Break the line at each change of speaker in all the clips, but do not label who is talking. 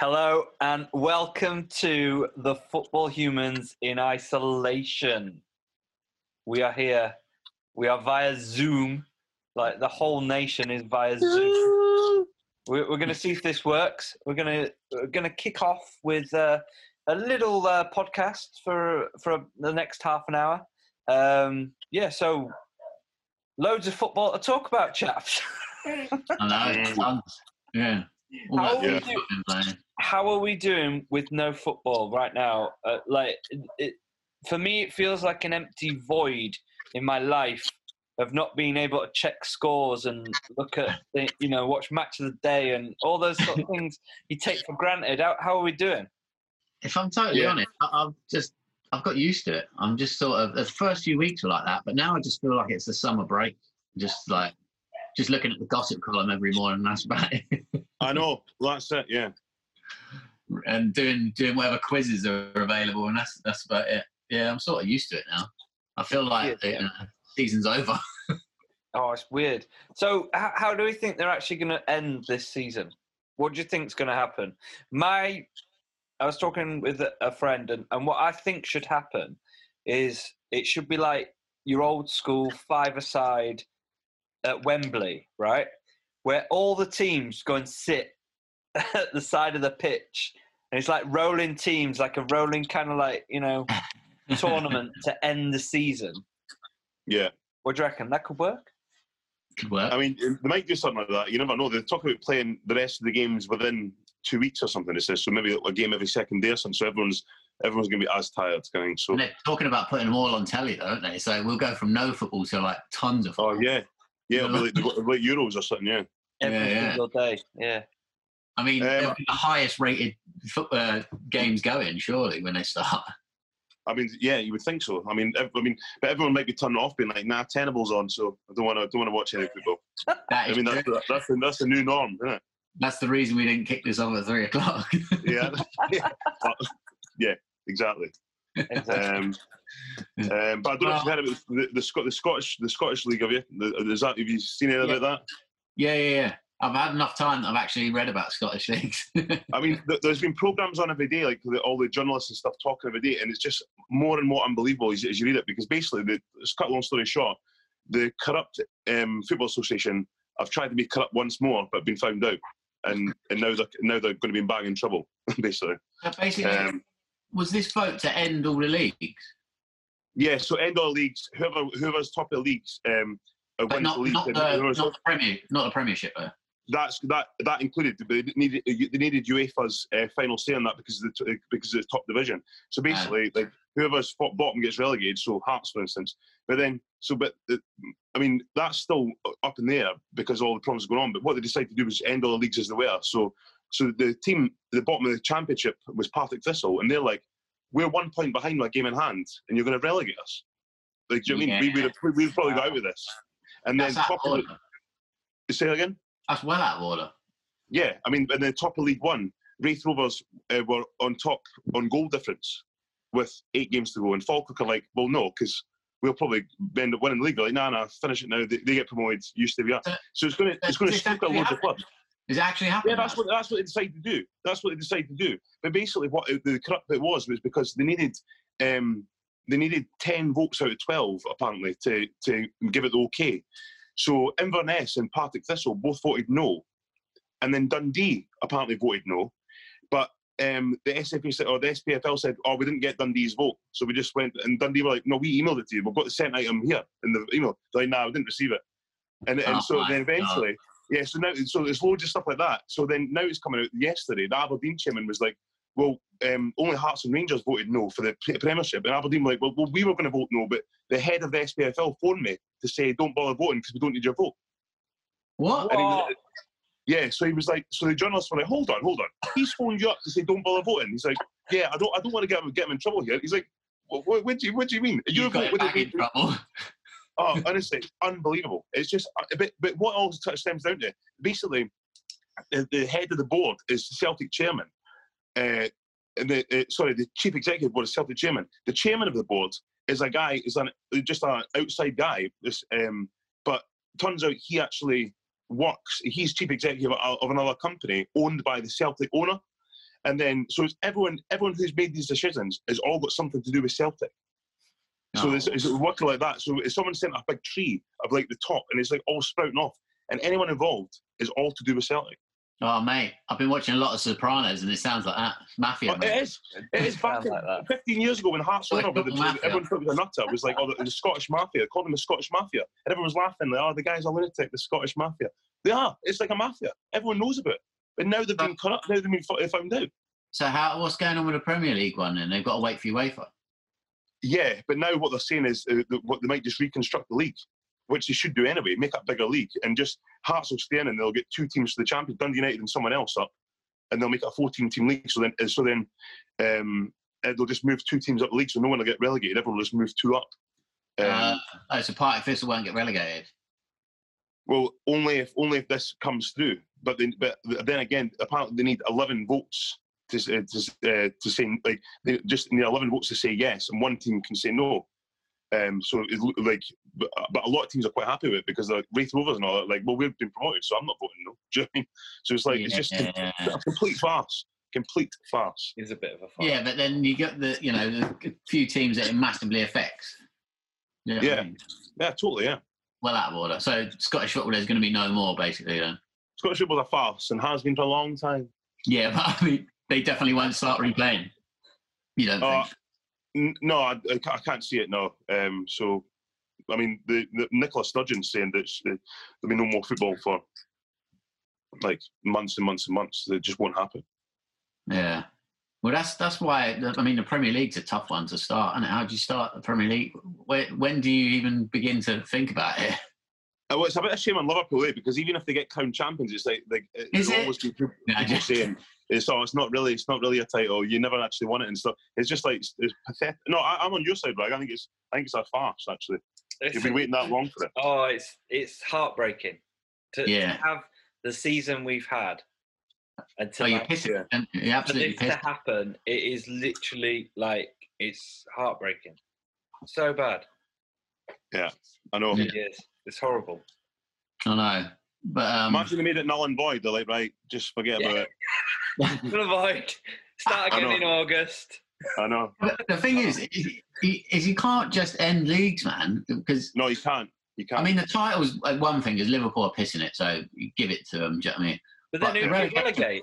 Hello and welcome to the Football Humans in Isolation. We are here. We are via Zoom. Like the whole nation is via Zoom. We're, we're going to see if this works. We're going to we're going to kick off with uh, a little uh, podcast for for the next half an hour. Um, yeah, so loads of football to talk about, chaps.
I know. tons. Yeah. All
How would
that good
you-
stuff in there.
how are we doing with no football right now? Uh, like, it, for me, it feels like an empty void in my life of not being able to check scores and look at, the, you know, watch match of the day and all those sort of things you take for granted. How, how are we doing?
If I'm totally
Yeah.
honest, I, I've just I've got used to it. I'm just sort of the first few weeks were like that, but now I just feel like it's the summer break. Just like just looking at the gossip column every morning. That's about it.
I know. That's it. Yeah.
and doing doing whatever quizzes are available, and that's that's about it. Yeah, I'm sort of used to it now. I feel like
Yeah.
the uh, season's over.
Oh, it's weird. So, h- how do we think they're actually going to end this season? What do you think's going to happen? My, I was talking with a- a friend, and, and what I think should happen is it should be like your old school five aside at Wembley, right? Where all the teams go and sit at the side of the pitch, and it's like rolling teams, like a rolling kind of like you know tournament to end the season.
Yeah.
What do you reckon? That could work.
Could work.
I mean, they might do something like that. You never know. They talk about playing the rest of the games within two weeks or something. It says so maybe a game every second day or something. So everyone's everyone's going to be as tired. Kind of thing.
and
So.
they're talking about putting them all on telly, though, aren't they? So we'll go from no football to like tons of.
Oh
football.
yeah. Yeah, it'll be like, it'll be like Euros or something. Yeah,
every
Yeah, yeah.
single day. Yeah.
I mean,
Um,
they'll be the highest rated fo- uh, games going, surely, when they start.
I mean, yeah, you would think so. I mean, ev- I mean, but everyone might be turning off, being like, "Nah, Tenable's on," so I don't want to, don't want to watch any football.
That
I
is
mean, that's
true.
the, that's the, that's the new norm, isn't it?
That's the reason we didn't kick this off at three o'clock.
Yeah, yeah, yeah, exactly.
Exactly.
Um, um, but I don't know if you've heard about the, the, Sc- the Scottish the Scottish League. Have you? The, is that have you seen anything about
yeah, yeah, yeah. I've had enough time. that I've actually read about Scottish leagues.
that? I mean, th- there's been programs on every day, like the, all the journalists and stuff talking every day, and it's just more and more unbelievable as, as you read it. Because basically, the, just cut a long story short, the corrupt um, football association have tried to be corrupt once more, but been found out, and and now they're now they're going to be in bang in trouble, basically.
so basically,
Um,
was this vote to end all the leagues,
yeah, so end all leagues. Whoever whoever's top of the leagues. Um, uh,
but
wins
not,
league,
not, the,
and
not
whoever's-
the Premier, not the Premiership? Though.
that's that that included but they needed they needed UEFA's uh, final say on that because of the t- because of the top division. So basically, like whoever's fo- bottom gets relegated. So Hearts, for instance, but then so but the, I mean that's still up in the air because all the problems going on. But what they decided to do was end all the leagues as they were. So so the team the bottom of the championship was Partick Thistle, and they're like, we're one point behind with a game in hand, and you're going to relegate us. Like, do you know what I mean? We would have, we'd probably got out with this. And then
That's out of
top of
order.
the, say that again.
That's well out of order.
Yeah, I mean, and then top of League One, Wraith Rovers uh, were on top on goal difference with eight games to go, and Falkirk are like, well, no, because we'll probably end up winning the league. They're like, nah, nah, finish it now. They, they get promoted. You stay where you are. So it's going to it's going to
Is
stick
that
a
really
loads of
happening?
clubs.
Is it actually
Yeah,
happening?
that's what that's what they decided to do. That's what they decided to do. But basically, what it- the corrupt bit was was because they needed um, they needed ten votes out of twelve apparently to to give it the okay. So Inverness and Partick Thistle both voted no, and then Dundee apparently voted no, but. Um, the SFA said, or the SPFL said, "Oh, we didn't get Dundee's vote, so we just went." And Dundee were like, "No, we emailed it to you. We've got the sent item here." And the email, they're like, "Nah, we didn't receive it." And, and
Oh
so
my
then
God.
eventually, yeah, so now so there's loads of stuff like that. So then now it's coming out yesterday. The Aberdeen chairman was like, "Well, um, only Hearts and Rangers voted no for the pre- Premiership," and Aberdeen were like, "Well, well we were going to vote no, but the head of the SPFL phoned me to say don't bother voting because we don't need your vote."
What?
And he was-
What?
yeah, so he was like, so the journalists were like, "Hold on, hold on, he's phoned you up to say don't bother voting." He's like, "Yeah, I don't, I don't want to get him get him in trouble here." He's like. What, what, what do you what do you mean? Your
You've got
vote
it
wouldn't
back
be-
in trouble.
Oh, honestly, unbelievable. It's just, uh, but, but what all t- stems down to, basically, the, the head of the board is the Celtic chairman. Uh, and the, uh, sorry, the chief executive board is Celtic chairman. The chairman of the board is a guy, is an just an outside guy. This, um, but turns out he actually works. He's chief executive of of another company owned by the Celtic owner. And then so it's everyone everyone who's made these decisions has all got something to do with Celtic. So
Oh.
it's, it's working like that. So if someone sent a big tree of like the top and it's like all sprouting off, and anyone involved is all to do with Celtic.
Oh, mate, I've been watching a lot of Sopranos, and it sounds like that mafia.
But
mate.
it is. It is back
Sounds like that.
15 years ago when Hearts
Like
won over the
double mafia.
everyone thought it was a nutter. It was like, oh, the, the Scottish Mafia. They called them the Scottish Mafia. And everyone was laughing, like, oh, the guy's a lunatic, the Scottish Mafia. They are. It's like a mafia. Everyone knows about it. But now they've been corrupt. Now they've been fo- found out.
So how what's going on with the Premier League one? Then they've got to wait for UEFA.
Yeah, but now what they're saying is uh, that what they might just reconstruct the league, which they should do anyway, make a bigger league, and just Hearts will stay in and they'll get two teams to the champion, Dundee United and someone else up, and they'll make it a 14 team league. So then, uh, so then um, uh, they'll just move two teams up the league, so no one will get relegated. Everyone will just move two up. Um,
uh, oh, so Partick Thistle won't get relegated.
well, only if only if this comes through. But then, but then again, apparently they need 11 votes to s- uh, to, s- uh, to say like they just need 11 votes to say yes, and one team can say no. Um, so it look like, but, uh, but a lot of teams are quite happy with it because like Wraith Rovers and all that, like, well, we've been promoted, so I'm not voting no. Do you know what I mean? So it's like it's just
yeah.
a complete farce, complete farce.
He's a bit of a
Yeah, but then you get the you know the few teams that it massively affects. You know what I
Yeah.
mean?
Yeah, totally. Yeah,
Well out of order. So Scottish football there's going to be no more basically then.
Scottish football's a farce and has been for a long time.
Yeah, but I mean they definitely won't start replaying. You don't
Uh,
think?
N- No, I, I ca- I can't see it now. Um, so, I mean, the, the Nicola Sturgeon's saying that sh- that there'll be no more football for like months and months and months. That just won't happen.
Yeah. Well, that's that's why I mean the Premier League's a tough one to start. And how do you start the Premier League? Where, when do you even begin to think about it?
Uh, well, it's a bit of shame on Liverpool, eh? Because even if they get crowned champions, it's like like it-
Is
it'll
it?
always be people
Yeah, I just-
saying it's oh, it's not really, it's not really a title. You never actually won it and stuff. It's just like it's, it's pathetic. No, I, I'm on your side, Bragg. I think it's I think it's a farce. Actually, you've been waiting that long for it.
Oh, it's it's heartbreaking to,
Yeah.
to have the season we've had and to,
Oh, you're
like,
pissed.
yeah.
and You're
for
absolutely
this to
pissed.
happen. It is literally like it's heartbreaking. So bad.
I know.
Yeah.
It is. It's horrible.
I know. But um,
Imagine they made it null and void. They're like, right, just forget
Yeah.
about it.
Gonna void. Start
I
again
know.
in August.
I know.
but the thing is, is, is you can't just end leagues, man, because
No, you can't. You can't.
I mean, the title's uh, one thing is Liverpool are pissing it, so you give it to them. Do you know what I mean?
But
But
then
the
who can
relegation-
relegate?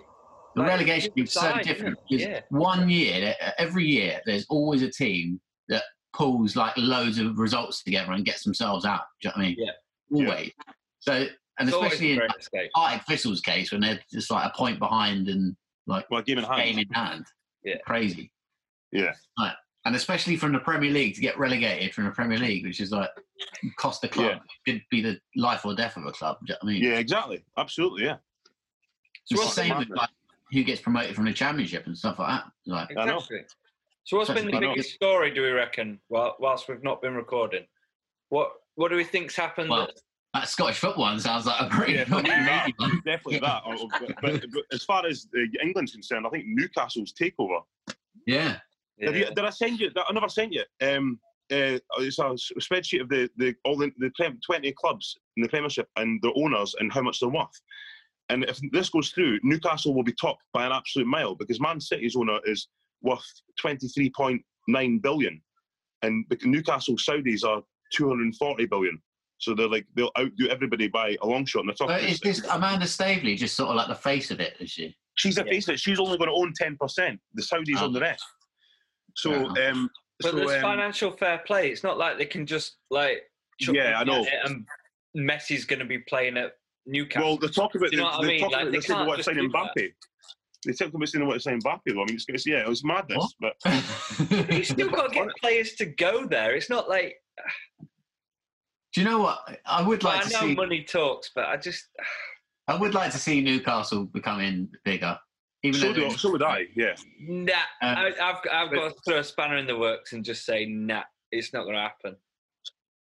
The
Like,
relegation
you
is so
decide,
different.
yeah.
because
Yeah.
One year, uh, every year, there's always a team that pulls like loads of results together and gets themselves out. Do you know what I mean?
Yeah.
Yeah.
Always. So, and
It's always
especially
a
in
great escape.
Partick Thistle's case, when they're just like a point behind and
well, game in hand.
game in hand.
Yeah.
Crazy.
Yeah.
Like, and especially from the Premier League to get relegated from the Premier League, which is like cost the club. Could be the life or death of a club. Do you know what I mean?
Yeah, exactly. Absolutely. Yeah.
So
it's
what's
the
the
same with
matter?
like, who gets promoted from the championship and stuff like that. Like,
I know.
Exactly. So what's been the
I
know.
biggest story, do we reckon, while, whilst we've not been recording? What what do we think's happened?
Well,
that-
that Scottish football one sounds like a pretty
Yeah,
fucking
that.
easy one.
Definitely that. Oh, But, but- but as far as uh, England's concerned, I think Newcastle's takeover.
Yeah.
Did, you,
yeah.
did I send you? I never sent you. Um, uh, it's a s- spreadsheet of the, the all the, the prem, twenty clubs in the Premiership and their owners and how much they're worth. And if this goes through, Newcastle will be top by an absolute mile because Man City's owner is worth twenty three point nine billion, and bec- Newcastle Saudis are two hundred and forty billion. So they're like they'll outdo everybody by a long shot. And they're
But um,
talking.
is this Amanda Stavely just sort of like the face of it, is she?
She's a
Yeah.
face that she's only going to own ten percent. The Saudis
Oh.
own the rest. So,
Yeah.
um,
But
so,
there's
um,
financial fair play. It's not like they can just like chuck
Yeah, I
money at
know.
it And Messi's going to be playing at Newcastle.
Well, they're talking about
Do you know
they're-
what I
they're
mean?
talking
Like,
about-
they
they're saying
can't
what
just
signing
do that.
Mbappe. They're talking about saying what signing Mbappe. though. I mean, it's, it's yeah, it was madness.
What?
But
you still got to get players to go there. It's not like
Do you know what? I would like
I
to
know
see.
money talks, but I just
I would like to see Newcastle becoming bigger, even
so,
though
do, so would I. Yeah,
nah.
Um,
I, I've I've got to throw a spanner in the works and just say nah. It's not going to happen.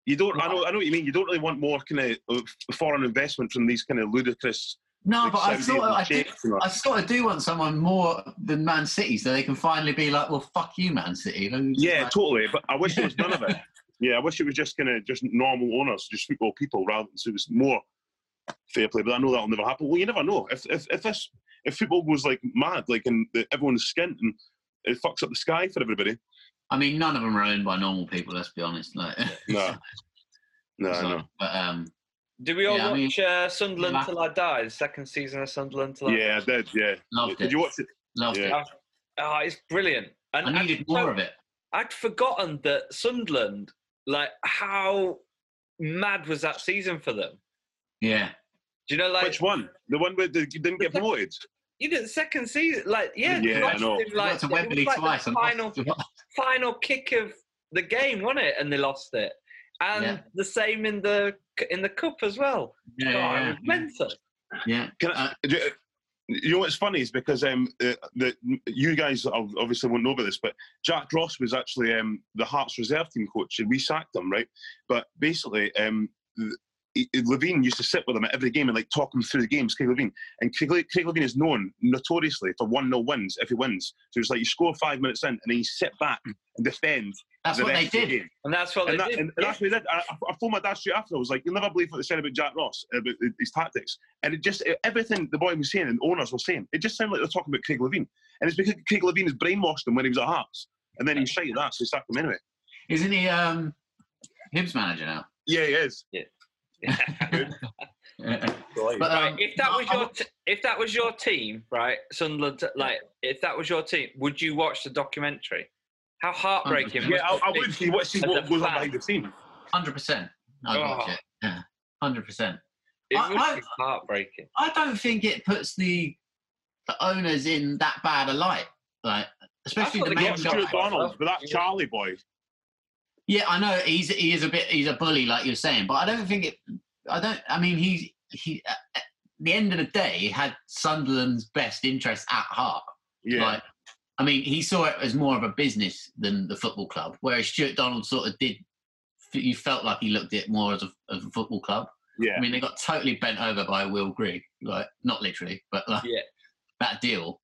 you don't. I know. I know what you mean. You don't really want more kind of uh, foreign investment from these kind of ludicrous.
no,
like,
but I
Saudi
sort of, I, did,
sheikhs and all.
I sort of do want someone more than Man City, so they can finally be like, well, fuck you, Man City. Like,
Yeah, totally. But I wish there was none of it. Yeah, I wish it was just kind of just normal owners, just football people, rather than so it was more fair play. But I know that'll never happen. Well, you never know. If if, if this if football goes like mad, like and the, everyone's skint and it fucks up the sky for everybody.
I mean, none of them are owned by normal people. Let's be honest. Like,
No, no,
so-
no.
But um,
Do we all
Yeah, I mean-
watch uh, Sunderland Till I Die, the second season of Sunderland Till I
Yeah, I did. Yeah,
loved
did
it.
you watch it?
Loved
Yeah.
it.
Die? Oh, it's brilliant. And
I needed more of it.
I'd forgotten that Sunderland, like, how mad was that season for them?
Yeah.
Do you know, like,
Which one? The one where they didn't get promoted.
you know, the second season, like, yeah,
Yeah, I
lost
know.
in,
Like, to
it was
Wembley
like the
twice and
final,
lost twice.
final kick of the game, wasn't it? And they lost it. And
Yeah.
the same in the in the cup as well.
Yeah,
God, it
yeah,
was
yeah.
mental.
yeah.
Can I, uh, do you- you know what's funny is because um the, the you guys ob- obviously won't know about this, but Jack Ross was actually um the Hearts reserve team coach, and we sacked him, right? But basically, um. th- he- Levine used to sit with him at every game and like talk him through the games, Craig Levine. And Craig, Le- Craig Levine is known notoriously for 1 0 wins if he wins. So it's like you score five minutes in and then you sit back and defend.
That's
the
what they
rest of the
did.
game.
And that's what
and,
they
that,
did.
and, and that's what he did. I, I- I phoned my dad straight after. I was like, "You'll never believe what they said about Jack Ross about his tactics." And it just everything the boy was saying and owners were saying, it just sounded like they're talking about Craig Levine. And it's because Craig Levine has brainwashed him when he was at Hearts, and then he was shite at that, so he sacked him anyway.
Isn't he um, Hibs manager now?
Yeah, he is.
But,
right,
um,
if that
no,
was
I
your
wa-
t- if that was your team, right, Sunderland, like if that was your team, would you watch the documentary? How heartbreaking!
100%.
must
Yeah, I,
it
I
be?
would see what see
As
what
a
goes on
fan.
behind the scene.
Hundred percent. I watch
Oh.
it. Yeah, hundred percent.
It
I-
would
I-
be heartbreaking.
I don't think it puts the the owners in that bad a light. Like, especially
thought
the
they got
main
Not
Stuart
guy.
Stuart Donald, but that
Yeah.
Charlie boy.
Yeah, I know he's he is a bit he's a bully like you're saying, but I don't think it. I don't. I mean, he he. At at the end of the day, he had Sunderland's best interest at heart.
Yeah,
Like, I mean, he saw it as more of a business than the football club, whereas Stuart Donald sort of did. You felt like he looked at it more as a, as a football club.
yeah.
I mean, they got totally bent over by Will Grigg, like not literally, but like
Yeah.
that deal.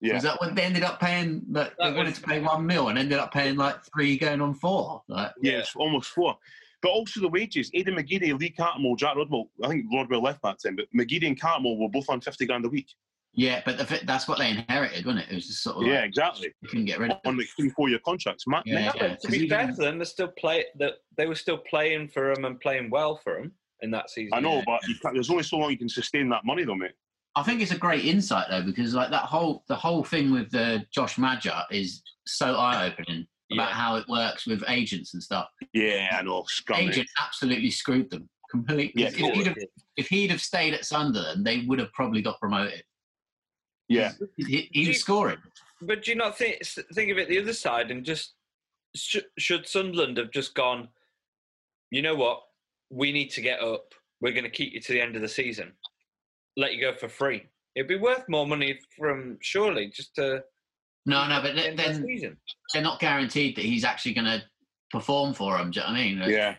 Yeah.
Was that what they ended up paying? Like, they
That
wanted
was-
to pay one mil and ended up paying like three going on four. Like,
Yeah, it's almost four. But also the wages. Aidan McGeady, Lee Cartmell, Jack Rodwell. I think Rodwell left back then, but McGeady and Cartmell were both on 50 grand a week.
yeah, but the, fi- that's what they inherited, wasn't it? It was just sort of like,
Yeah, exactly.
you couldn't get rid of
on
them.
like three, four year contracts. Ma-
Yeah,
next-
yeah.
To
'cause
be
he
fair
didn't-
to them, they still play that they were still playing for him and playing well for him in that season.
I know,
Yeah.
but you can't, there's only so long you can sustain that money, though, mate.
I think it's a great insight though, because like that whole the whole thing with the Josh Madger is so eye opening about
Yeah.
how it works with agents and stuff.
Yeah, I know, scummy.
Agents absolutely screwed them completely.
Yeah,
If
totally.
he'd have- if he'd have stayed at Sunderland, they would have probably got promoted.
Yeah,
He, he was scoring.
But do you not think think of it the other side and just sh- should Sunderland have just gone? You know what? We need to get up. We're going to keep you to the end of the season. Let you go for free. It'd be worth more money from surely just to
No, no, but
end
th-
the
then
season.
they're not guaranteed that he's actually going to perform for them. Do you know what I mean? Like,
yeah,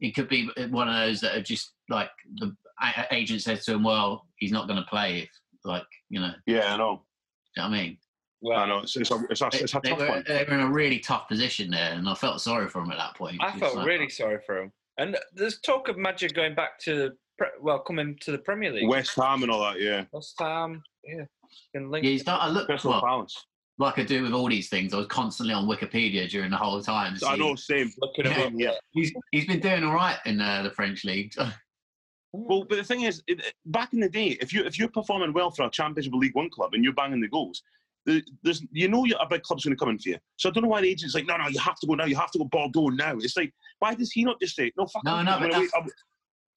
It could be one of those that are just like the a- a- agent says to him, well, he's not going to play if, like, you know,
yeah, I know.
do you know what I mean?
I
Well,
know. It's, it's, a, it's, a,
They,
it's a
they
tough
were,
one.
they were in a really tough position there, and I felt sorry for him at that point.
I
It's
felt
like-
really sorry for him. And there's talk of Magic going back to pre- well, coming to the Premier League.
West Ham and all that, yeah.
Last time, yeah, in
Yeah,
Lincoln.
he's not, I looked
Crystal
well,
Palace.
like I do with all these things. I was constantly on Wikipedia during the whole time. to
I
see-
know, same.
Looking
Yeah.
at
Same, yeah.
He's, he's been doing all right in uh, the French league.
Well, but the thing is, it, it- back in the day, if you if you're performing well for a Championship or League One club and you're banging the goals, the- there's you know your- a big club's going to come in for you. So I don't know why the agent's like, no, no, you have to go now, you have to go Bordeaux now. It's like, why does he not just say, no, fuck
No,
off,
no,
I'm
but
gonna wait-
that's-
I'm-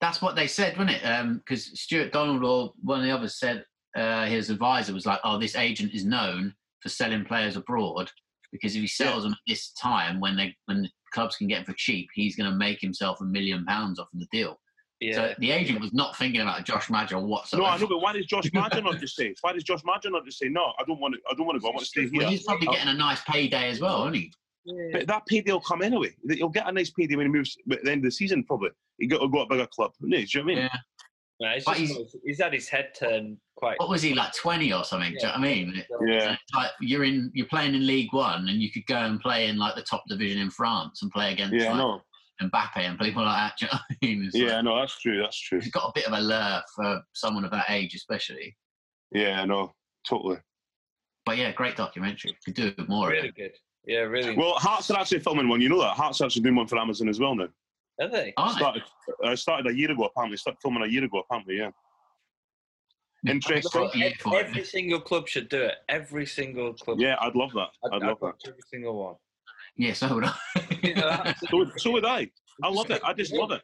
that's what they said, wasn't it? Because Stuart Donald or one of the others said uh, his advisor was like, "Oh, this agent is known for selling players abroad because if he sells them at this time when they when the clubs can get them for cheap, he's going to make himself a million pounds off of the deal."
yeah.
So the agent was not thinking about Josh Madger whatsoever.
no, I know, but why does Josh Madden not just say? Why does Josh Madden not just say, no, I don't want to, I don't want to go, I want to stay
well,
here.
he's probably getting a nice payday as well, isn't he?
yeah.
But that payday will come anyway. He'll get a nice payday when he moves at the end of the season, probably. He'll go, he'll go to a bigger club. No, do you know what I mean?
Yeah.
No, it's
But Oh.
just, he's, had his head turned quite.
What was he like, twenty or something? Do you know what I mean?
Yeah.
It's Like you're in, you're playing in League One, and you could go and play in like the top division in France and play against
Yeah,
like,
I know.
Mbappe and people like that. Do you know what I mean? It's
Yeah,
like,
I know. That's true. That's true.
he's got a bit of a lure for someone of that age, especially.
Yeah, I know. Totally.
But yeah, great documentary. Could do it more. of
Really
it.
good. Yeah, really.
Well, Hearts are actually filming one. You know that Hearts are actually doing one for Amazon as well now.
Are they?
Aren't they?
Started, uh, started a year ago apparently. Started filming a year ago apparently. Yeah. Interesting.
Got a year for it.
Every single club should do it. Every single club.
Yeah, I'd love that.
I'd,
I'd love that.
watch Every single one.
Yes, I would.
You know, absolutely.
So, would- so would I. I love it. I just love it.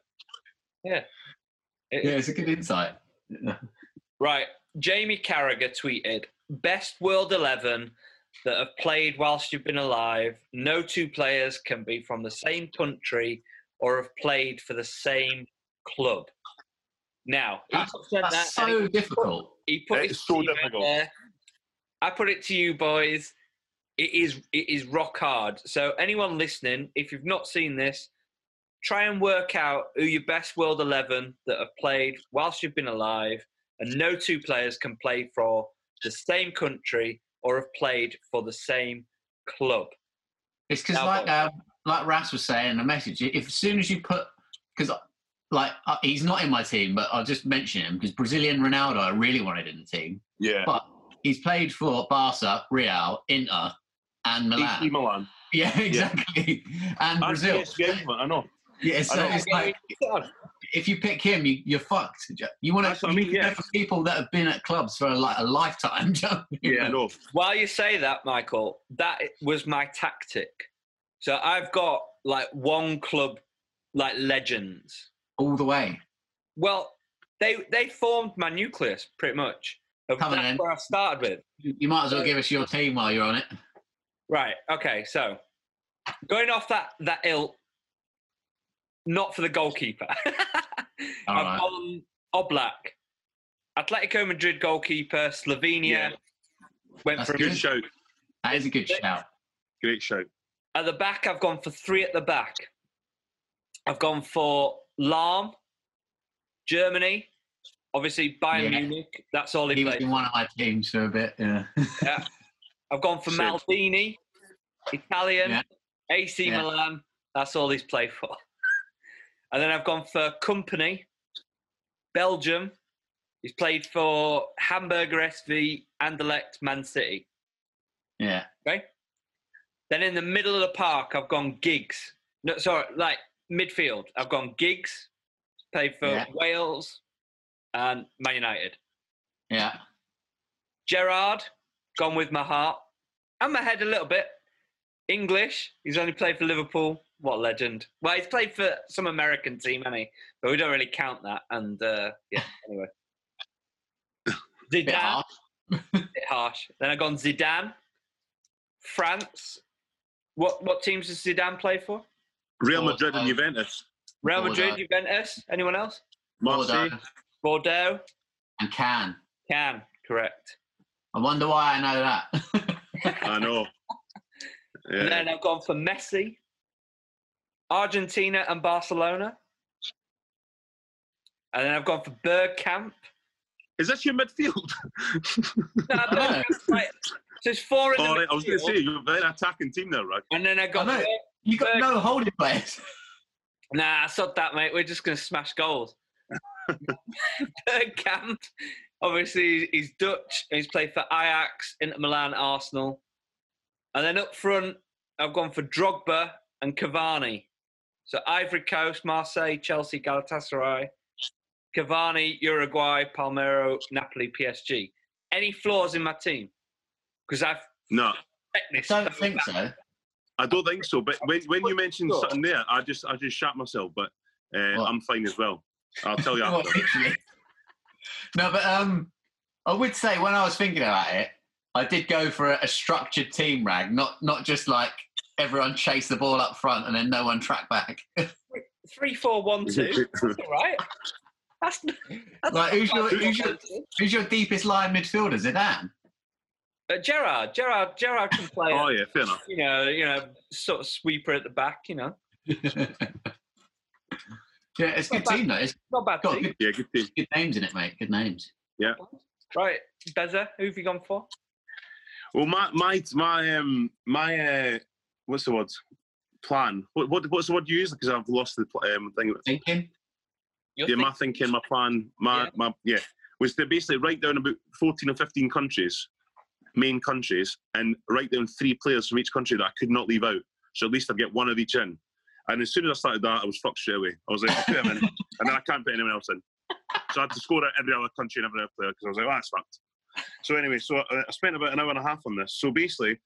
It-
yeah, it's a good insight.
Right. Jamie Carragher tweeted Best World 11 that have played whilst you've been alive. No two players can be from the same country or have played for the same club. Now, he said that
That's
and
so difficult.
he put
It's
his
so
team out
difficult.
there. I put it to you boys. It is it is rock hard. So anyone listening, if you've not seen this, try and work out who your best world eleven that have played whilst you've been alive, and no two players can play for the same country or have played for the same club.
It's because,
Now
like,
what?
um, like Ras was saying in the message, if as soon as you put, because like uh, he's not in my team, but I'll just mention him because Brazilian Ronaldo I really wanted in the team,
Yeah.
but he's played for Barca, Real, Inter, and Milan.
AC Milan.
Yeah, exactly. And
And
Brazil.
PSG, I know.
Yeah, so
I know.
it's like if you pick him, you, you're fucked. do you- You want
That's
to
what I mean, yeah.
for people that have been at clubs for like a lifetime. do you know what I mean?
I know.
While you say that, Michael, that was my tactic. So I've got like one club, like legends.
all the way.
Well, they they formed my nucleus pretty much. Of
Come on,
that's
then.
where I started with.
You might as well give us your team while you're on it.
Right. Okay. So going off that that ill, not for the goalkeeper.
All
I've
right.
gone Oblak, Atletico Madrid goalkeeper, Slovenia.
Yeah.
Went
That's
for a
Good shout.
That is a good shout.
Great shout.
At the back, I've gone for three at the back. I've gone for Lahm, Germany, obviously Bayern
Yeah.
Munich. That's all he
He was
played.
in one of my teams for a bit. Yeah.
I've gone for
Sid.
Maldini, Italian,
Yeah.
AC
Yeah.
Milan. That's all he's played for. And then I've gone for Company, Belgium. He's played for Hamburger SV, Anderlecht, Man City.
yeah.
Then in the middle of the park, I've gone gigs. No, sorry, like midfield. I've gone gigs, played for
Yeah.
Wales and Man United.
Yeah.
Gerard, gone with my heart and my head a little bit. English, he's only played for Liverpool. What a legend. Well, he's played for some American team, hasn't he? But we don't really count that. And uh, yeah, anyway.
Bit
Zidane,
harsh.
bit harsh. Then I've gone Zidane, France. What, what teams does Zidane play for?
Real
Well
Madrid
done.
and Juventus.
Real Madrid,
Bordeaux.
Juventus, anyone else?
Marseille.
Bordeaux
Bordeaux,
and Can.
Can, correct.
I wonder why I know that.
I know.
And
Yeah.
then I've gone for Messi, Argentina and Barcelona. And then I've gone for Bergkamp.
Is this your midfield?
No,
Oh.
Bergkamp's like, so it's four in the
All right, I was going to
midfield,
say, you're a very attacking team there, Rag.
And then I got
I know. you got no holding players.
Nah, I sod that, mate. We're just going to smash goals. Bergkamp, obviously, he's Dutch. He's played for Ajax, Inter Milan, Arsenal. And then up front, I've gone for Drogba and Cavani. So Ivory Coast, Marseille, Chelsea, Galatasaray. Cavani, Uruguay, Palmero, Napoli, PSG. Any flaws in my team? Because I've
No,
checked this.
Don't think so.
I don't think so. But when, when you mentioned
Sure.
something there, I just I just shat myself. But uh,
What?
I'm fine as well. I'll tell you
Well,
after.
literally. no, but um, I would say when I was thinking about it, I did go for a, a structured team rag, not not just like everyone chase the ball up front and then no one track back.
Three, four, one, two. That's all right. That's, that's
Like, who's
not
your-
bad.
who's your- Who's your deepest line midfielder, Zidane?
Uh, Gerard, Gerard, Gerard can play.
Oh
a,
yeah, fair enough.
You know, you know, sort of sweeper at the back. You know,
yeah, it's a
Not
good
bad.
team though. It's
not bad.
got
Team.
good,
Yeah, good team.
good names in it, mate. Good names.
Right, Beza, who have you gone for?
Well, my my my um my uh, what's the word? Plan. What, what what's the word you use? Because I've lost the pl- um thing.
Thinking.
You're
Yeah, my thinking, my plan, my
Yeah.
my yeah. was to basically write down about 14 or 15 countries, main countries, and write down three players from each country that I could not leave out. So at least I'd get one of each in. And as soon as I started that, I was fucked straight away. I was like, I'll put him in, and then I can't put anyone else in. So I had to score out every other country and every other player because I was like, well, that's fucked. So anyway, so I, I spent about an hour and a half on this. So basically,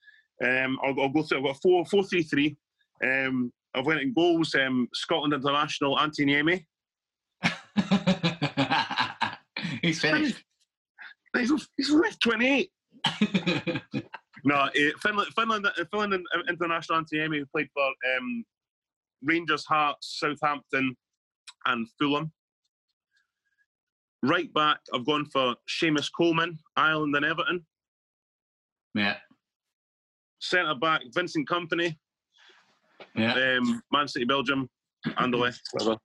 um, I'll, I'll go through. I've got a four, four, three, three. Um, I've went in goals. Um, Scotland international Anthony Niemi.
He's finished.
He's, he's left twenty eight. no, uh, Finland, Finland, Finland in- uh, international Anthony Niemi who played for um, Rangers, Hearts, Southampton, and Fulham. Right back, I've gone for Seamus Coleman, Ireland and Everton.
Yeah,
Centre back, Vincent Company,
yeah.
um, Man City, Belgium, Anderlecht, whatever.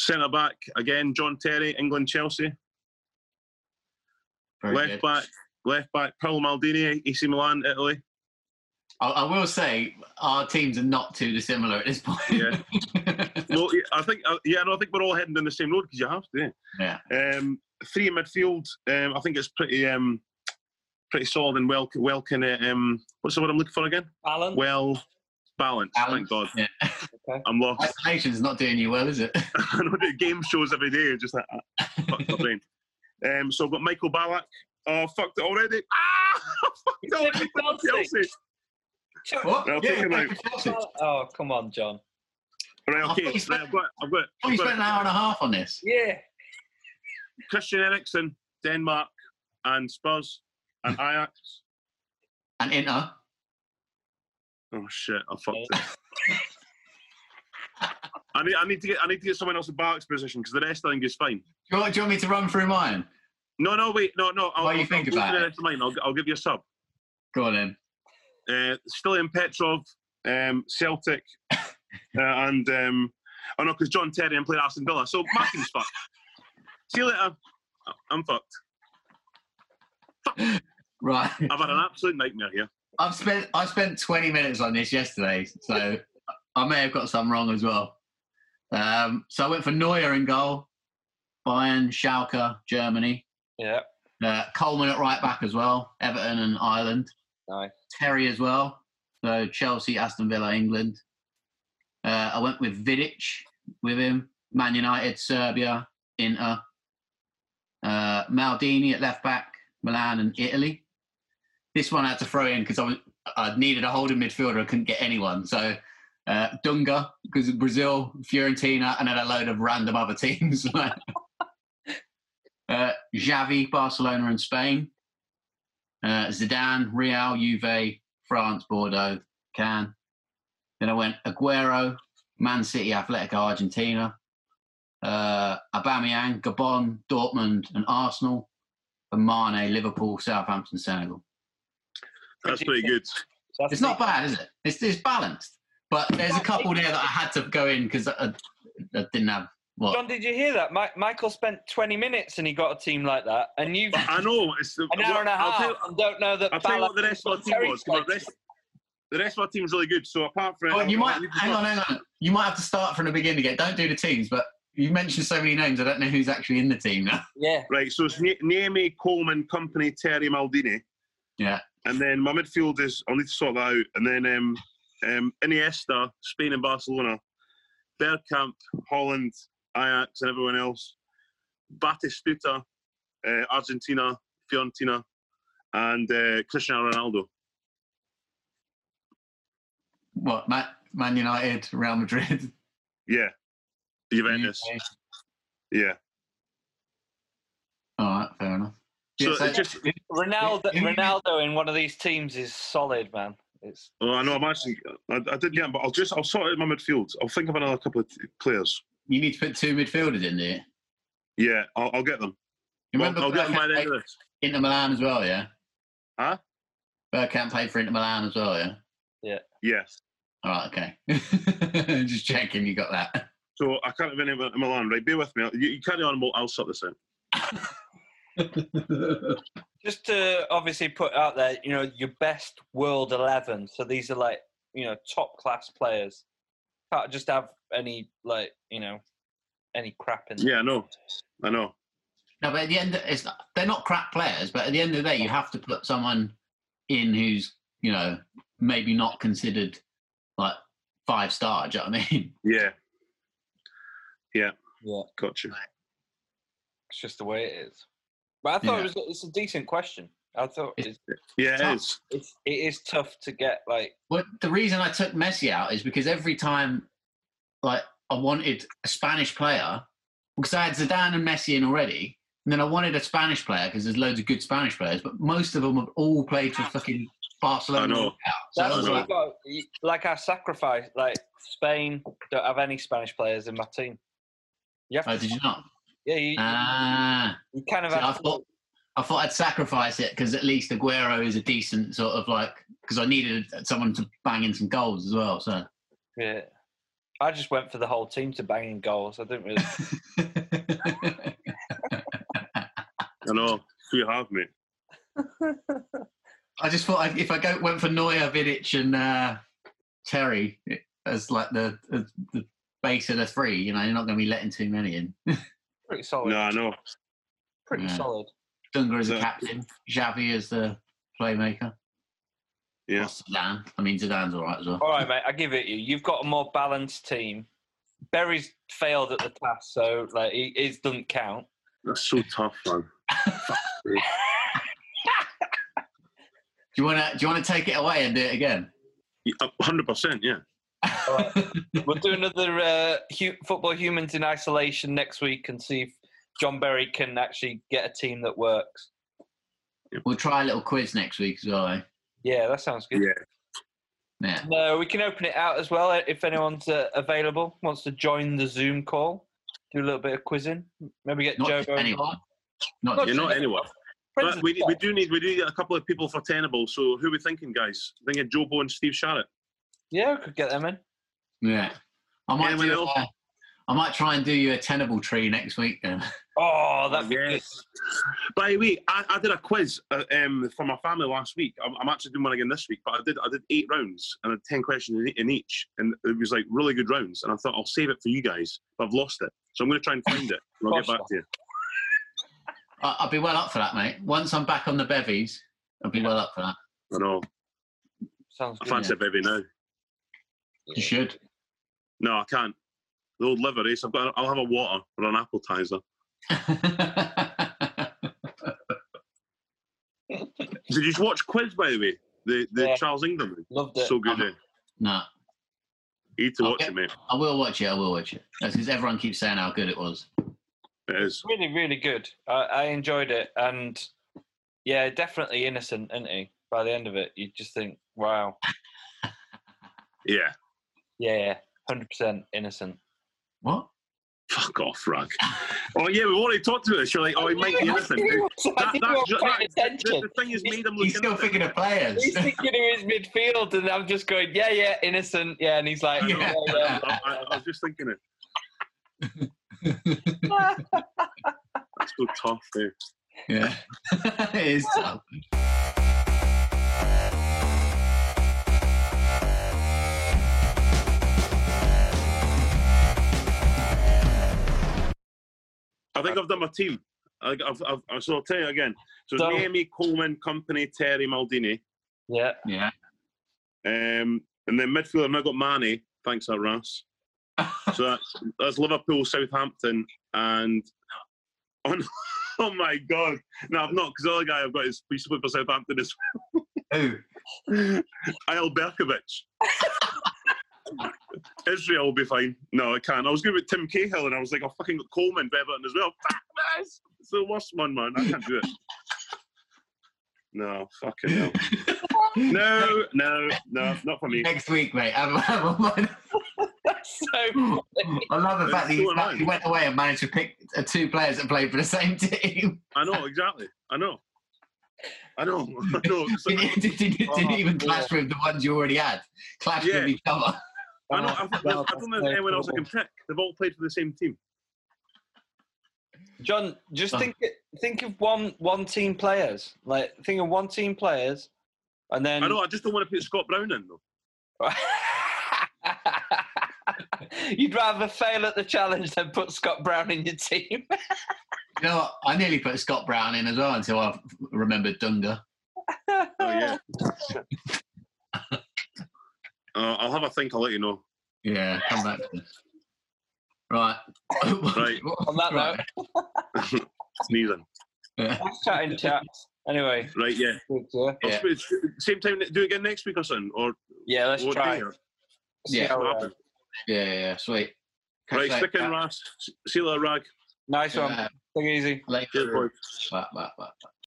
Centre back again, John Terry, England, Chelsea.
very
left
good.
back, left back, Paolo Maldini, AC Milan, Italy.
I, I will say our teams are not too dissimilar at this point.
Yeah. no, yeah, I think uh, yeah, no, I think we're all heading down the same road because you have to.
Yeah.
Um, three in midfield. Um, I think it's pretty um, pretty solid and well well can uh, um, what's the word I'm looking for again?
Alan?
Well balanced.
Balanced,
Thank God.
yeah.
Okay.
I'm lost.
Isolation's not doing you well, is it?
I don't do game shows every day. Just like ah, fucked my brain. Um, so I've got Michael Ballack. Oh, I fucked it already. Ah, I fucked it already.
Chelsea.
Chelsea.
Chuck-
What?
I'll take him out.
for Chelsea. I
Oh, come on, John.
Right,
I thought Oh,
okay.
you
Right,
spent-
I've got, I've got,
thought
I've
Oh, you
got
spent an hour and a half on this.
Yeah.
Christian Eriksen, Denmark, and Spurs, and Ajax.
And Inter.
Oh shit! I fucked it. I need, I need to get, I need to get someone else in Barrack's position because the rest I think is fine.
Do you, want, do you want me to run through mine?
No, no, wait, no, no. I'll,
What do you
I'll-
think
I'll go
about
through the
it?
rest of mine. I'll, I'll give you a sub.
Go on then.
Uh, still in Petrov, um, Celtic, uh, and um, oh no, because John Terry and played Aston Villa. So Martin's fucked. See you later. I- I'm fucked.
Right.
I've had an absolute nightmare here.
I've spent I spent 20 minutes on this yesterday, so I may have got some wrong as well. Um, so I went for Neuer in goal, Bayern, Schalke, Germany,
Yeah.
uh, Coleman at right back as well, Everton and Ireland,
Nice.
Terry as well, so Chelsea, Aston Villa, England. Uh, I went with Vidic with him, Man United, Serbia, Inter, uh, Maldini at left back, Milan and Italy. This one I had to throw in because I was I needed a holding midfielder. I couldn't get anyone. So uh, Dunga because Brazil, Fiorentina, and then a load of random other teams. uh, Xavi, Barcelona, and Spain. Uh, Zidane, Real, Juve, France, Bordeaux, Cannes. Then I went Aguero, Man City, Atletico, Argentina. Uh, Aubameyang, Gabon, Dortmund, and Arsenal. And Mane, Liverpool, Southampton, Senegal.
That's pretty good.
So that's
It's not
the-
bad, is it? It's, it's balanced. But there's a couple there that I had to go in because I, I, I didn't have what.
John, did you hear that? Mi- Michael spent 20 minutes and he got a team like that, and you
I know. It's the,
an hour and a
I'll
half.
tell-
and don't know that.
I'll tell you what the
Ballard-
rest of our
Terry
team was. 'cause The
played.
rest, the rest of our team's really good. So apart from
Well, Oh, you might
I'll leave the
hang on, hang on. You might have to start from the beginning again. Don't do the teams, but you mentioned so many names. I don't know who's actually in the team now.
Yeah.
Right, so it's Na- Naomi, Coleman, Company, Terry, Maldini.
Yeah.
And then my midfield is, I'll need to sort that out. And then um, um, Iniesta, Spain and Barcelona, Bergkamp, Holland, Ajax, and everyone else. Batistuta, uh, Argentina, Fiorentina, and uh, Cristiano Ronaldo.
What? Man, Man United, Real Madrid,
Yeah.
Mm-hmm.
Juventus.
UK.
Yeah.
All right, fair enough.
So
Yeah,
it's just-
Ronaldo,
Who- who-
Ronaldo in one of these teams is solid, man. It's
Oh, I know. I'm actually. I, I did get him, but I'll just. I'll sort out my midfield. I'll think of another couple of t- players.
you need to put two midfielders in there.
Yeah, I'll, I'll get them.
You
I'll,
remember
I'll get them by the
Bergkamp
end
played
of this.
for Inter Milan as well, yeah?
Huh?
Bergkamp played for Inter Milan as well, yeah?
Yeah.
All right, okay. just checking you got that.
So I can't have any in Milan, right? Bear with me. You, you carry on, I'll, I'll sort this out.
just to obviously put out there, you know, your best world eleven. So these are like, you know, top class players. Can't just have any like, you know, any crap in there.
Yeah, I know. I know.
No, but at the end, it's not, they're not crap players. But at the end of the day, you have to put someone in who's you know maybe not considered like five star. Do you know what I mean?
Yeah,
Yeah. Gotcha.
it's just the way it is. But I thought it was it's a decent question. I thought
It's-
it's,
Yeah,
Tough.
it is.
it's it is tough to get like
Well, the reason I took Messi out is because every time, like, I wanted a Spanish player because I had Zidane and Messi in already, and then I wanted a Spanish player because there's loads of good Spanish players, but most of them have all played for fucking Barcelona.
I know.
So I
that's
was
what
like,
I got. Like I sacrifice like Spain don't have any Spanish players in my team. You have
oh,
to,
did you not?
yeah, you,
Ah,
you kind of
see,
have
I
to-
thought I thought I'd sacrifice it because at least Aguero is a decent sort of like because I needed someone to bang in some goals as well. So
yeah. I just went for the whole team to banging goals. I didn't really
I know. Who you have, mate?
I just thought I, if I go, went for Neuer, Vidic, and uh, Terry as like the, as the base of the three, you know, you're not going to be letting too many in.
pretty solid.
No, I know.
Pretty
Yeah.
solid.
Dunga as the
No.
captain, Xavi as the playmaker.
Yeah.
Or Zidane. I mean, Zidane's all right as well.
All right, mate. I give it you. You've got a more balanced team. Berry's failed at the task, so like he, his doesn't count.
That's so tough, man.
Do you want to? Do you want to take it away and do it again?
Hundred percent, yeah.
We'll do another uh, hu- football humans in isolation next week and see if John Berry can actually get a team that works.
we'll try a little quiz next week as well. Eh?
Yeah, that sounds good.
Yeah.
Yeah.
No, we can open it out as well uh, if anyone's uh, available wants to join the Zoom call. Do a little bit of quizzing. Maybe get
Not
Joe.
just
Rogan.
anyone. Not
Not
just
You're not anyone.
Friends
But
of
we,
the
we
pod.
do need we do need a couple of people for Tenable. So who are we thinking, guys? I think Jobo and Steve Sharrett.
Yeah, we could get them in.
Yeah. I might
Anyone
do.
else?
uh, I might try and do you a tenable tree next week then.
Oh, that's good.
By the way, I, I did a quiz uh, um, for my family last week. I'm, I'm actually doing one again this week, but I did I did eight rounds and I had ten questions in, e- in each, and it was like really good rounds. And I thought I'll save it for you guys, but I've lost it, so I'm going to try and find it. And I'll get
Gosh,
back to you.
I- I'll be well up for that, mate. Once I'm back on the bevies, I'll be well up for that.
I know.
Sounds
I
good.
fancy a bevy now.
You should.
No, I can't. The old liver race. I've got. I'll have a water or an appetizer. Did you watch Quiz by the way? The the
Yeah.
Charles England. one?
Loved it.
So good.
Uh-huh.
eh?
no,
You need to watch
Okay.
it, mate.
I will watch it. I will watch it. That's because everyone keeps saying how good it was.
It is.
really, really good. I, I enjoyed it, and yeah, definitely innocent, isn't he? By the end of it, you just think, wow,
Yeah.
yeah, hundred percent innocent.
What?
Fuck off, Rag. oh yeah, we've already talked about this. You're like, oh, he might be innocent.
I
That,
think
that's
you're
ju-
paying
that, the,
attention.
the thing is, made him look
He's still
innocent.
thinking of players.
He's thinking of his midfield, and I'm just going, yeah, yeah, innocent, yeah, and he's like,
I know.
yeah, yeah.
I, I, I was just thinking it. That's so tough. Eh?
yeah. it is tough.
I think I've done my team. I, I've, I've, I've- so I'll tell you again. So,
So-
so Naomi Coleman, Company, Terry Maldini,
yeah.
Yeah.
um, and then midfield. I've now got Manny. Thanks, that Ras. So that's, that's Liverpool, Southampton, and oh, no. oh my god, no, I've not because the other guy I've got is he's played for Southampton as
Who?
Al Berkovic. Israel will be fine. No, I can't. I was good with Tim Cahill and I was like, I fucking got Coleman for Everton as well. It's the worst one, man. I can't do it. No, fucking hell. No, no, no, not for me.
Next week, mate. Have, a- have a one.
so
I love the fact
It's
that
still
he's-
alive.
he went away and managed to pick uh, two players that played for the same team.
I know, exactly. I know. I know. I know. So-
didn't, didn't, didn't
Oh,
even
yeah.
clash with the ones you already had. Clashed
Yeah.
with each other.
I know.
um,
I, I don't know if anyone else I can pick. They've all played for the same team.
John, just think think of one one team players. Like think of one team players, and then
I know. I just don't want to put Scott Brown in though.
You'd rather fail at the challenge than put Scott Brown in your team.
You know what? I nearly put Scott Brown in as well until I remembered Dunga.
Oh, yeah. Uh, I'll have a think. I'll let you know.
Yeah, come back to us. Right.
Right.
On that note,
Sneezing.
Yeah.
nice chatting chaps. Anyway,
Right. Yeah.
good, yeah.
Yeah.
I'll sp- Same time. Do it again next week or something. Or
yeah, let's
what
try. uh,
day or
See
Yeah.
how
what
we're-
happened?
yeah, yeah, yeah, sweet. Uh, Catch
Right.
you
Stick in,
later.
Ras. See you later, Rag.
Nice one.
Yeah,
Take it easy.
later.
Cheers, boys.
Bye, bye, bye.